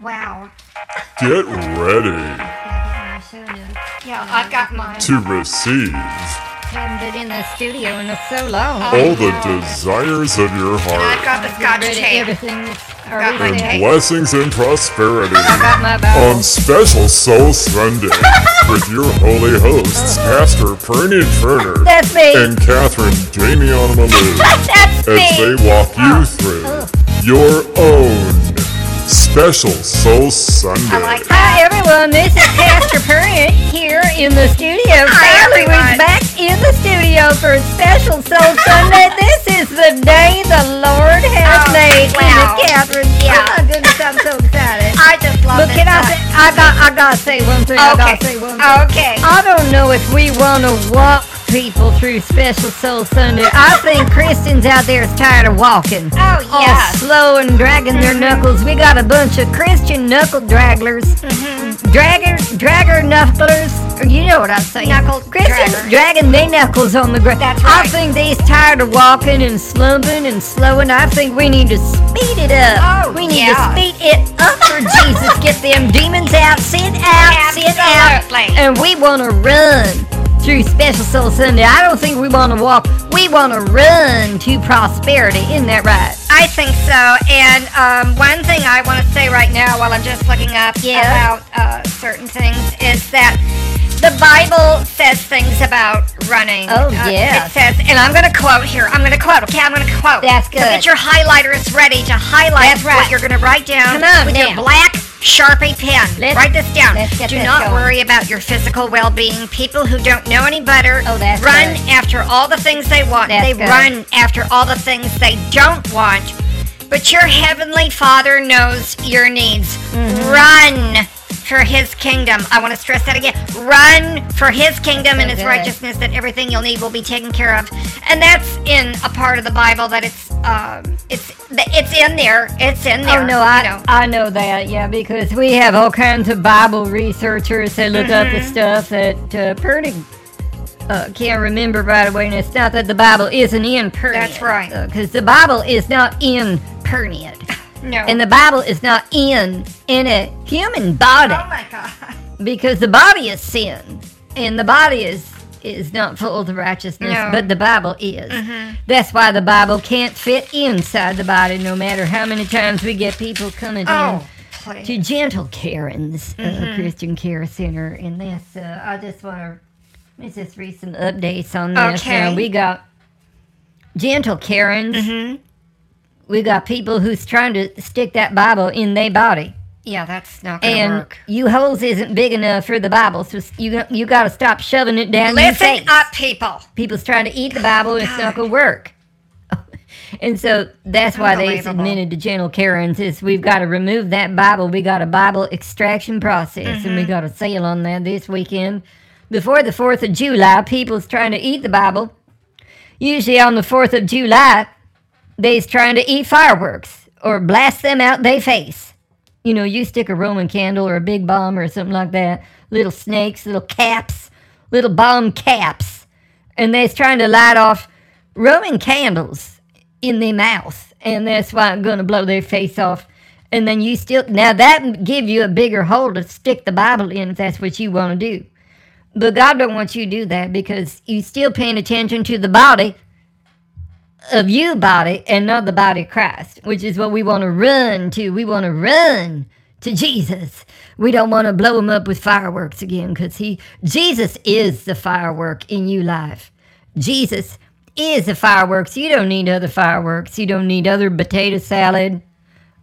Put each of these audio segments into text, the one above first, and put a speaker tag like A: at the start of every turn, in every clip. A: Wow.
B: Get ready
A: Yeah, I sure do.
C: Yeah, I've got mine.
B: to receive
A: Haven't been in the studio in so long.
B: all the desires of your
C: I've
B: heart
C: got the scotch
A: Ready,
C: tape.
A: everything that's
C: got my
A: already there.
B: and blessings and prosperity
A: Got my Bible.
B: on Special Soul Sunday with your holy hosts, Pastor Pernie Turner
A: That's me.
B: and Catherine Damian Malou,
A: That's
B: as
A: me. Oh.
B: they walk you through your own Special Soul
C: I like
B: Sunday.
C: that.
A: Hi everyone, this is Pastor Perrin here in the studio. Finally,
C: everyone.
A: we're back in the studio for a special Soul Sunday. this is the day the Lord has
C: Oh,
A: made. This is
C: wow.
A: Catherine.
C: Yeah.
A: Oh my goodness, I'm so excited.
C: I just love
A: But
C: this
A: can I
C: stuff.
A: say, I got, I gotta say one thing. I gotta say one thing.
C: Okay. Oh, Okay.
A: I don't know if we want to walk people through Special Soul Sunday. I think Christians out there is tired of walking.
C: Oh,
A: All
C: yeah.
A: slow and dragging their knuckles. We got a bunch of Christian knuckle dragglers.
C: Mm-hmm.
A: Dragger, dragger knucklers. You know what I'm saying.
C: Knuckle
A: Christians
C: dragger.
A: dragging their knuckles on the ground.
C: That's
A: I
C: right.
A: think they's tired of walking and slumping and slowing. I think we need to speed it up.
C: Oh,
A: we need
C: yeah.
A: to speed it up for Jesus. Get them demons out. Sit out. Sit out
C: Absolutely.
A: and we want to run through Special Soul Sunday. I don't think we want to walk. We want to run to prosperity. Isn't that right?
C: I think so. And um, one thing I want to say right now, while I'm just looking up
A: Yeah.
C: about uh, certain things, is that the Bible says things about running.
A: Oh,
C: Uh, It
A: yes.
C: says, and I'm going to quote here. I'm going to quote. Okay, I'm going to quote.
A: That's
C: So get
A: good.
C: your highlighters ready to highlight
A: That's right.
C: what you're going to write down
A: Come on
C: with your
A: now.
C: black sharpie pen.
A: Let's-
C: write this down.
A: let's get
C: Do
A: this
C: not
A: going.
C: worry about your physical well-being. People who don't know any better
A: Oh, that's
C: run
A: good.
C: after all the things they want.
A: That's
C: they
A: good.
C: run after all the things they don't want, but your heavenly Father knows your needs.
A: Mm-hmm.
C: Run for his kingdom. I want to stress that again. Run for his kingdom and his
A: good.
C: righteousness that everything you'll need will be taken care of. And that's in a part of the Bible that it's um it's th- it's in there. It's in there.
A: Oh no, I
C: you know.
A: I know that. Yeah, because we have all kinds of Bible researchers that look up
C: Mm-hmm.
A: the stuff that uh, pretty. Uh, can't remember right away, and it's not that the Bible isn't in Perniad.
C: That's right.
A: Because the Bible is not in Perniad.
C: No.
A: And the Bible is not in in a human body.
C: oh my god.
A: because the body is sin and the body is is not full of the righteousness
C: No. Mm-hmm.
A: but the bible is that's why the bible can't fit inside the body no matter how many times we get people coming
C: Oh. Mm-hmm.
A: in
C: please.
A: to gentle karens uh, christian care center and that's uh, i just want to let's just read some updates on this now
C: Okay. Mm-hmm.
A: we got gentle karens we got people who's trying to stick that bible in their body
C: Yeah, that's not gonna
A: and
C: work.
A: you holes isn't big enough for the Bible, so you you got to stop shoving it down your
C: Listen
A: face.
C: up, people.
A: People's trying to eat the Bible, and it's not gonna work. and so that's why they
C: Unbelievable.
A: submitted to Gentle Karens is we've got to remove that Bible. We got a Bible extraction process, and we got a sale on that this weekend. Before the Fourth of July, people's trying to eat the Bible. Usually on the Fourth of July, they's trying to eat fireworks or blast them out they face. You know, you stick a Roman candle or a big bomb or something like that. Little snakes, little caps, little bomb caps, and they's trying to light off Roman candles in their mouth, and that's why I'm gonna blow their face off. And then you still now that would give you a bigger hole to stick the Bible in if that's what you want to do. But God don't want you to do that because you still paying attention to the body of you body and not the body of Christ, which is what we want to run to. We want to run to Jesus. We don't want to blow him up with fireworks again because he Jesus is the firework in you life. Jesus is the fireworks. You don't need other fireworks. You don't need other potato salad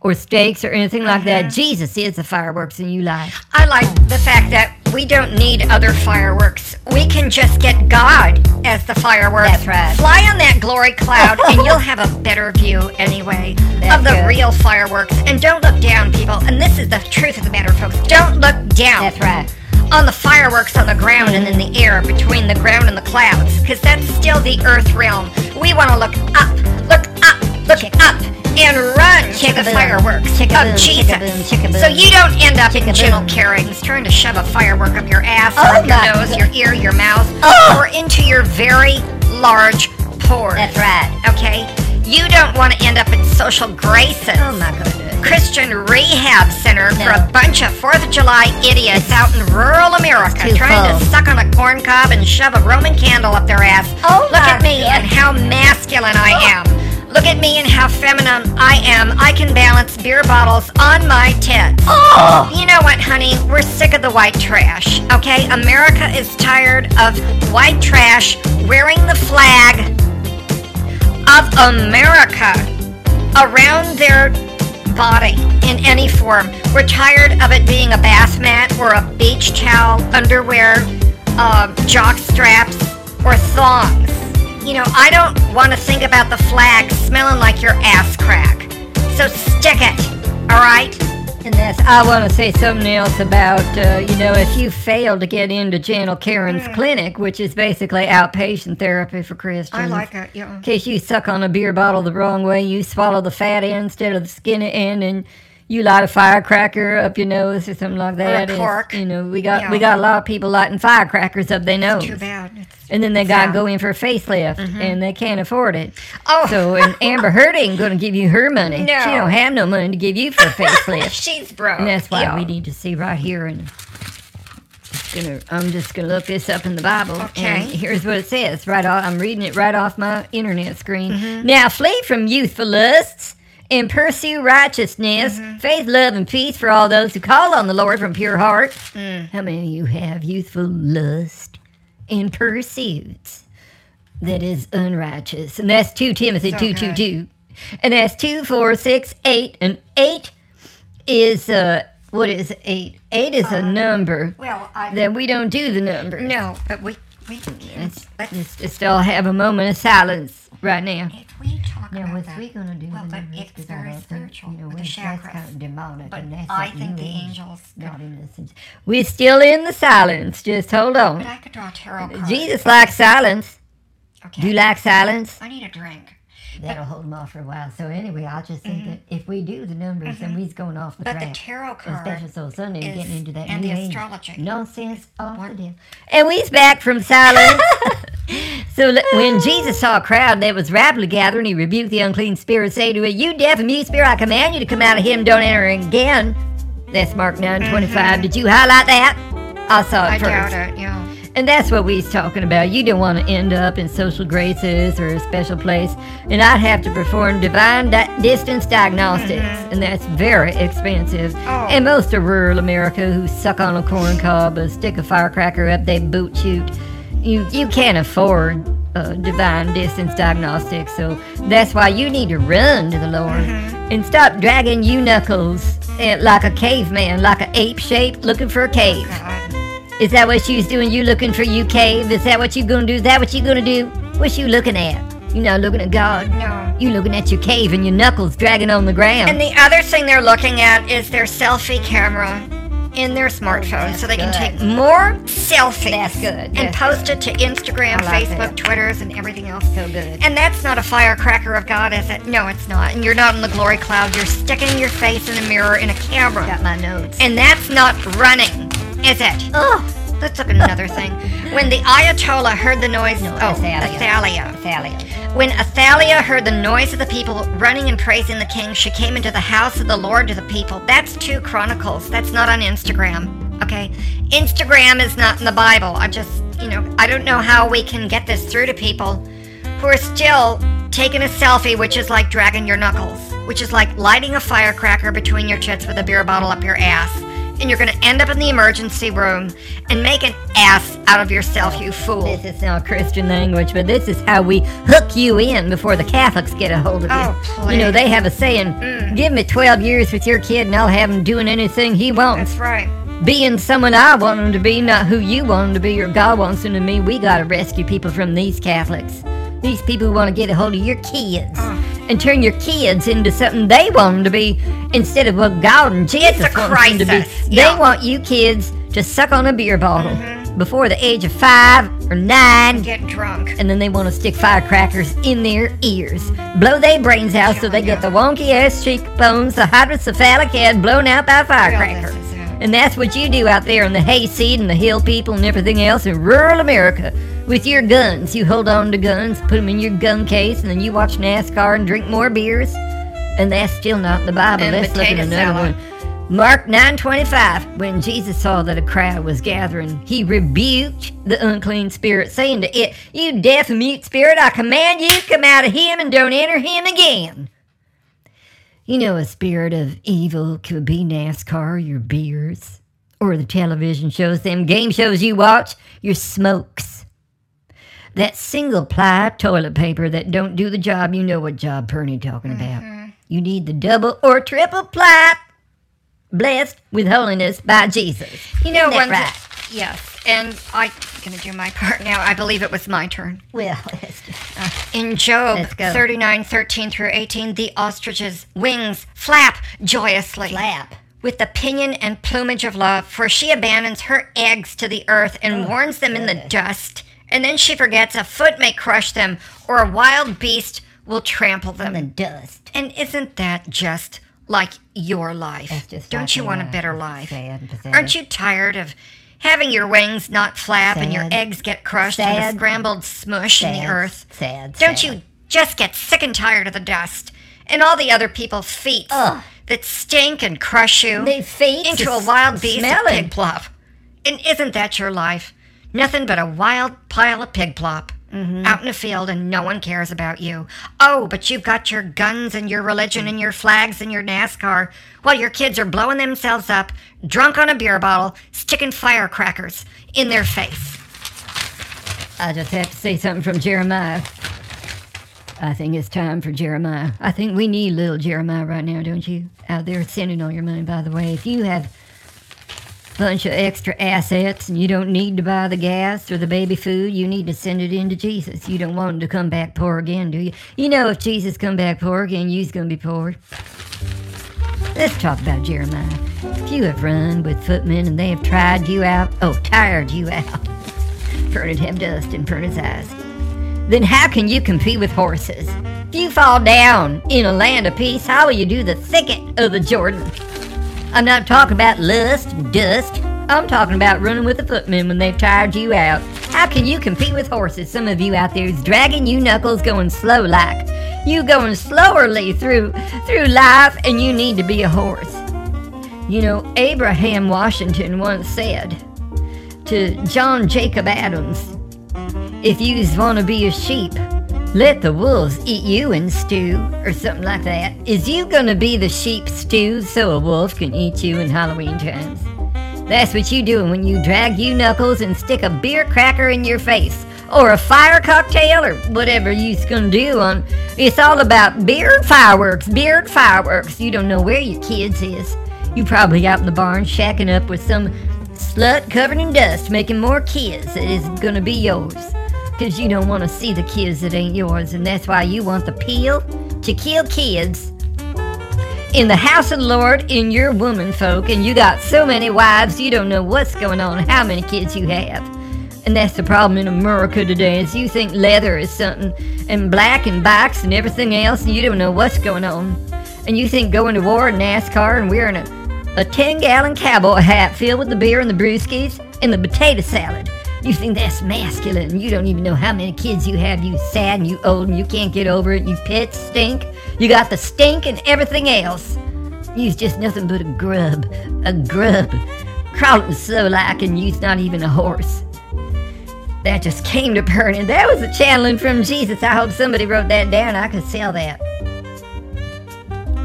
A: or steaks or anything like that. Jesus is the fireworks in you life.
C: I like the fact that we don't need other fireworks. We can just get God as the fireworks.
A: That's right.
C: Fly on that glory cloud, and you'll have a better view anyway of
A: That's
C: the
A: good.
C: real fireworks. And don't look down, people. And this is the truth of the matter, folks. Don't look down
A: That's right.
C: on the fireworks on the ground and in the air between the ground and the clouds, because that's still the earth realm. We want to look up, look up, look up, and run to the
A: Chickaboom,
C: fireworks
A: chickaboom,
C: of Jesus.
A: chickaboom, chickaboom.
C: So you don't end up in
A: Chickaboom.
C: gentle carings trying to shove a firework up your ass,
A: Oh
C: up your
A: my
C: nose,
A: God.
C: your ear, your mouth,
A: Oh.
C: or into your very large pores.
A: That's right.
C: Okay? You don't want to end up in social graces.
A: I'm not gonna do it.
C: Christian rehab center for
A: No.
C: a bunch of 4th of July idiots out in rural America
A: too
C: trying
A: full.
C: to suck on a corn cob and shove a Roman candle up their ass.
A: Oh
C: Look at
A: my
C: me
A: God. Oh.
C: and how masculine I am. Look at me and how feminine I am. I can balance beer bottles on my tits.
A: Oh!
C: You know what, honey? We're sick of the white trash, okay? America is tired of white trash wearing the flag of America around their body in any form. We're tired of it being a bath mat or a beach towel, underwear, uh, jock straps, or thongs. You know, I don't want to think about the flag smelling like your ass crack. So stick it, alright?
A: And that's, I want to say something else about, uh, you know, if you fail to get into Channel Karen's
C: Mm.
A: clinic, which is basically outpatient therapy for Christians.
C: it, yeah.
A: In case you suck on a beer bottle the wrong way, you swallow the fat end instead of the skinny end, and you light a firecracker up your nose or something like that. It's-
C: cork.
A: You know, we got we
C: Yeah.
A: got a lot of people lighting firecrackers up their nose,
C: Too bad. It's-
A: and then they got
C: Yeah. Mm-hmm.
A: to go in for a facelift, and they can't afford it.
C: Oh.
A: so and Amber Heard ain't gonna give you her money. She
C: No.
A: don't have no money to give you for a facelift.
C: She's broke.
A: And that's why
C: yeah.
A: we need to see right here and gonna I'm just gonna look this up in the Bible. And
C: Okay.
A: here's what it says. Right off I'm reading it right off my internet screen.
C: Mm-hmm.
A: Now flee from youthful lusts and pursue righteousness,
C: Mm-hmm.
A: faith, love, and peace for all those who call on the Lord from pure heart.
C: Mm.
A: How many of you have youthful lust and pursuits that is unrighteous? And that's two Timothy two two two. And that's two, four, six, eight, and eight is uh what is eight? Eight is a number
C: Well, I
A: that we don't do the number.
C: Uh, no, but we we can't.
A: Let's,
C: Let's,
A: let's just all have a moment of silence right now.
C: if we talk
A: Now,
C: about
A: what's
C: that,
A: we gonna do?
C: Well,
A: with
C: but
A: numbers?
C: it's
A: 'Cause I
C: very
A: don't think,
C: spiritual
A: you know,
C: with the
A: that's- that's
C: chakras.
A: kind of demonic,
C: But
A: and that's
C: I
A: something
C: think
A: you
C: the
A: ain't
C: angels
A: got in us. We're still in the silence. Just hold
C: but
A: on.
C: I could draw a tarot cards.
A: Jesus likes silence.
C: Okay.
A: Do you like silence?
C: I need a drink.
A: That'll hold them off for a while. So anyway, I just think that if we do the numbers, then we's going off the
C: Mm-hmm. But
A: track.
C: the tarot
A: And Special
C: card.
A: Soul Sunday we're getting
C: is-
A: into that
C: and
A: new
C: the
A: age
C: astrology.
A: nonsense off the deal. And we's back from silence. so l- when Jesus saw a crowd that was rapidly gathering, he rebuked the unclean spirit, saying to it, "You deaf and mute spirit, I command you to come out of him, don't enter again." That's Mark nine twenty five. Did you highlight that? I saw it
C: Mm-hmm. I doubt
A: first.
C: it. Yeah.
A: And that's what we's talking about. You don't want to end up in social graces or a special place, and I'd have to perform divine di- distance diagnostics, and that's very expensive.
C: Oh.
A: And most of rural America who suck on a corn cob or stick a firecracker up their boot chute, you you can't afford uh, divine distance diagnostics. So that's why you need to run to the Lord and stop dragging you knuckles eh, like a caveman, like an ape shape looking for a cave.
C: God.
A: Is that what you was doing? You looking for you cave? Is that what you gonna do? Is that what you gonna do? What you looking at? You not looking at God.
C: No.
A: You looking at your cave and your knuckles dragging on the ground.
C: And the other thing they're looking at is their selfie camera in their smartphone, so they can
A: good.
C: take more selfies
A: That's good,
C: and
A: that's
C: post it to Instagram,
A: I like
C: Facebook,
A: that.
C: Twitters, and everything else.
A: so good.
C: And that's not a firecracker of God, is it? No, it's not. And you're not in the glory cloud. You're sticking your face in a mirror in a camera.
A: Got my notes.
C: And that's not running, is it?
A: oh,
C: Let's look at another thing. When the Ayatollah heard the noise,
A: No,
C: oh,
A: Athalia.
C: Athalia.
A: Sally.
C: When Athalia heard the noise of the people running and praising the king, she came into the house of the Lord to the people. That's 2 Chronicles. That's not on Instagram. Okay? Instagram is not in the Bible. I just, you know, I don't know how we can get this through to people who are still taking a selfie, which is like dragging your knuckles, which is like lighting a firecracker between your tits with a beer bottle up your ass. And you're going to end up in the emergency room and make an ass out of yourself, you fool.
A: This is not Christian language, but this is how we hook you in before the Catholics get a hold of you.
C: Oh,
A: You
C: please.
A: know,
C: Mm.
A: they have a saying, give me 12 years with your kid and I'll have him doing anything he wants.
C: That's right.
A: being someone I want them to be, not who you want them to be or God wants them to be. We gotta rescue people from these Catholics. These people who want to get a hold of your kids
C: Ah.
A: and turn your kids into something they want them to be instead of what God and Jesus
C: a
A: wants them to be.
C: crisis, yeah. Mm-hmm.
A: They want you kids to suck on a beer bottle before the age of five or nine,
C: Get drunk.
A: and then they want to stick firecrackers in their ears, blow their brains out so they get the wonky ass cheekbones, the hydrocephalic head blown out by a firecracker.
C: Well, this is it.
A: And that's what you do out there in the hayseed and the hill people and everything else in rural America. with your guns. You hold on to guns, put them in your gun case, and then you watch NASCAR and drink more beers. And that's still not the Bible.
C: And
A: Let's look at
C: potato
A: another
C: salad.
A: one. Mark 9:25. When Jesus saw that a crowd was gathering, he rebuked the unclean spirit, saying to it, "You deaf and mute spirit, I command you, come out of him and don't enter him again." You know, a spirit of evil could be NASCAR, your beers, or the television shows, them game shows you watch, your smokes. That single ply toilet paper that don't do the job, you know what job Perny talking about.
C: Mm-hmm.
A: You need the double or triple ply, blessed with holiness by Jesus.
C: You know,
A: Isn't that
C: one
A: right?
C: Yes, and I'm gonna do my part now. I believe it was my turn.
A: Well, that's just-
C: In Job
A: Let's go.
C: thirty-nine, thirteen through 18, the ostrich's wings flap joyously.
A: Flap.
C: With the pinion and plumage of love, for she abandons her eggs to the earth
A: Oh,
C: and warns them in the dust. And then she forgets a foot may crush them, or a wild beast will trample them.
A: the dust.
C: And isn't that just like your life?
A: That's just
C: Don't
A: like
C: you want a
A: my
C: better life?
A: sad and pathetic.
C: Aren't you tired of having your wings not flap and your
A: Sad.
C: eggs get crushed and
A: Sad.
C: the scrambled smush in
A: Sad,
C: the earth?
A: Sad.
C: Don't
A: sad.
C: you just get sick and tired of the dust and all the other people's feet
A: Ugh.
C: that stink and crush you
A: They feet
C: into
A: to
C: a
A: s-
C: wild beast of
A: smelling.
C: pig plop? And isn't that your life? Nothing but a wild pile of pig plop
A: Mm-hmm.
C: out in a field, and no one cares about you. Oh, but you've got your guns and your religion and your flags and your NASCAR while your kids are blowing themselves up, drunk on a beer bottle, sticking firecrackers in their face.
A: I just have to say something from Jeremiah. I think it's time for Jeremiah. I think we need little Jeremiah right now, don't you? Out there sending all your money, by the way. If you have a bunch of extra assets and you don't need to buy the gas or the baby food, you need to send it in to Jesus. You don't want him to come back poor again, do you? You know if Jesus come back poor again, you's gonna be poor. Let's talk about Jeremiah. If you have run with footmen and they have tried you out, oh, tired you out printed have dust in printer's eyes. Then how can you compete with horses? If you fall down in a land of peace, how will you do the thicket of the Jordan? I'm not talking about lust and dust. I'm talking about running with the footmen when they've tired you out. How can you compete with horses? Some of you out there is dragging you knuckles going slow like. You going slowerly through through life and you need to be a horse. You know, Abraham Washington once said, to John Jacob Adams. If yous want to be a sheep, let the wolves eat you and stew, or something like that. Is you gonna be the sheep stew so a wolf can eat you in Halloween times? That's what you doing when you drag you knuckles and stick a beer cracker in your face, or a fire cocktail, or whatever you's gonna do on. It's all about beer and fireworks, beer and fireworks. You don't know where your kids is. You probably out in the barn shacking up with some slut covered in dust, making more kids that is gonna be yours. Cause you don't wanna see the kids that ain't yours, and that's why you want the peel to kill kids in the house of the Lord in your woman folk, and you got so many wives you don't know what's going on, how many kids you have. And that's the problem in America today is you think leather is something and black and bikes and everything else and you don't know what's going on. And you think going to war and NASCAR and wearing a, a 10 gallon cowboy hat filled with the beer and the brewskis and the potato salad. You think that's masculine. and You don't even know how many kids you have. You sad and you old and you can't get over it. You pets stink. You got the stink and everything else. You's just nothing but a grub. A grub. Crawling slow like and you's not even a horse. That just came to burn, and that was a channeling from Jesus. I hope somebody wrote that down. I could sell that.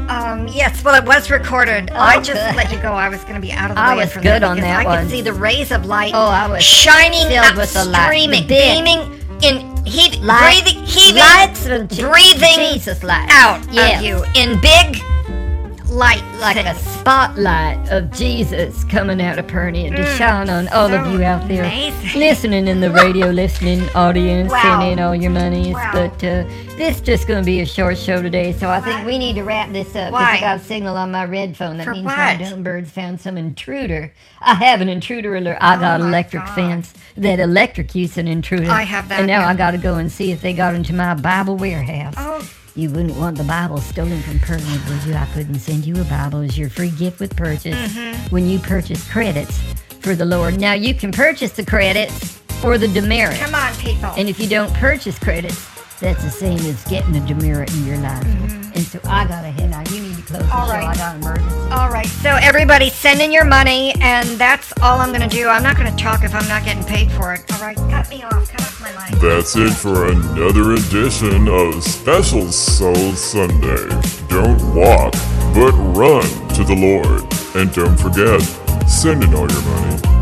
C: Um, yes, well, it was recorded. I just
A: Oh, good.
C: let you go. I was going to be out of the
A: I
C: way
A: was
C: for
A: good
C: that
A: on
C: because
A: that
C: I
A: one.
C: could see the rays of light
A: Oh, I was
C: shining
A: filled
C: up,
A: with the light.
C: streaming,
A: The bit.
C: beaming, in heaving,
A: Light-
C: breathing, heaving
A: lights of Je-
C: breathing
A: Jesus light
C: out
A: Yes.
C: of you in big light,
A: like a
C: things.
A: spotlight of Jesus coming out of Perny and to shine on all of
C: Mm. so
A: you out there
C: amazing.
A: listening in the radio listening audience,
C: Wow.
A: sending in all your monies.
C: Wow.
A: But uh, this just going to be a short show today, so I think we need to wrap this up. 'cause
C: Why?
A: I got a signal on my red phone. That
C: For
A: means my
C: what?
A: dumb birds found some intruder. I have an intruder alert. I got
C: Oh my
A: electric
C: God.
A: fence that electrocutes an intruder.
C: I have that
A: And now
C: now.
A: I got to go and see if they got into my Bible warehouse.
C: Oh.
A: You wouldn't want the Bible stolen from Perny, would you? I couldn't send you a Bible as your free gift with
C: Mm-hmm.
A: purchase when you purchase credits for the Lord. Now you can purchase the credits or the demerit.
C: Come on, people.
A: And if you don't purchase credits, that's the same as getting a demerit in your life. And so I gotta head out. You need to close
C: Mm-hmm. All
A: the
C: right.
A: show. I got an emergency.
C: all right, so everybody send in your money, and that's all I'm going to do. I'm not going to talk if I'm not getting paid for it. All right, cut me off. Cut off my line.
B: That's it for another edition of Special Soul Sunday. Don't walk, but run to the Lord. And don't forget, send in all your money.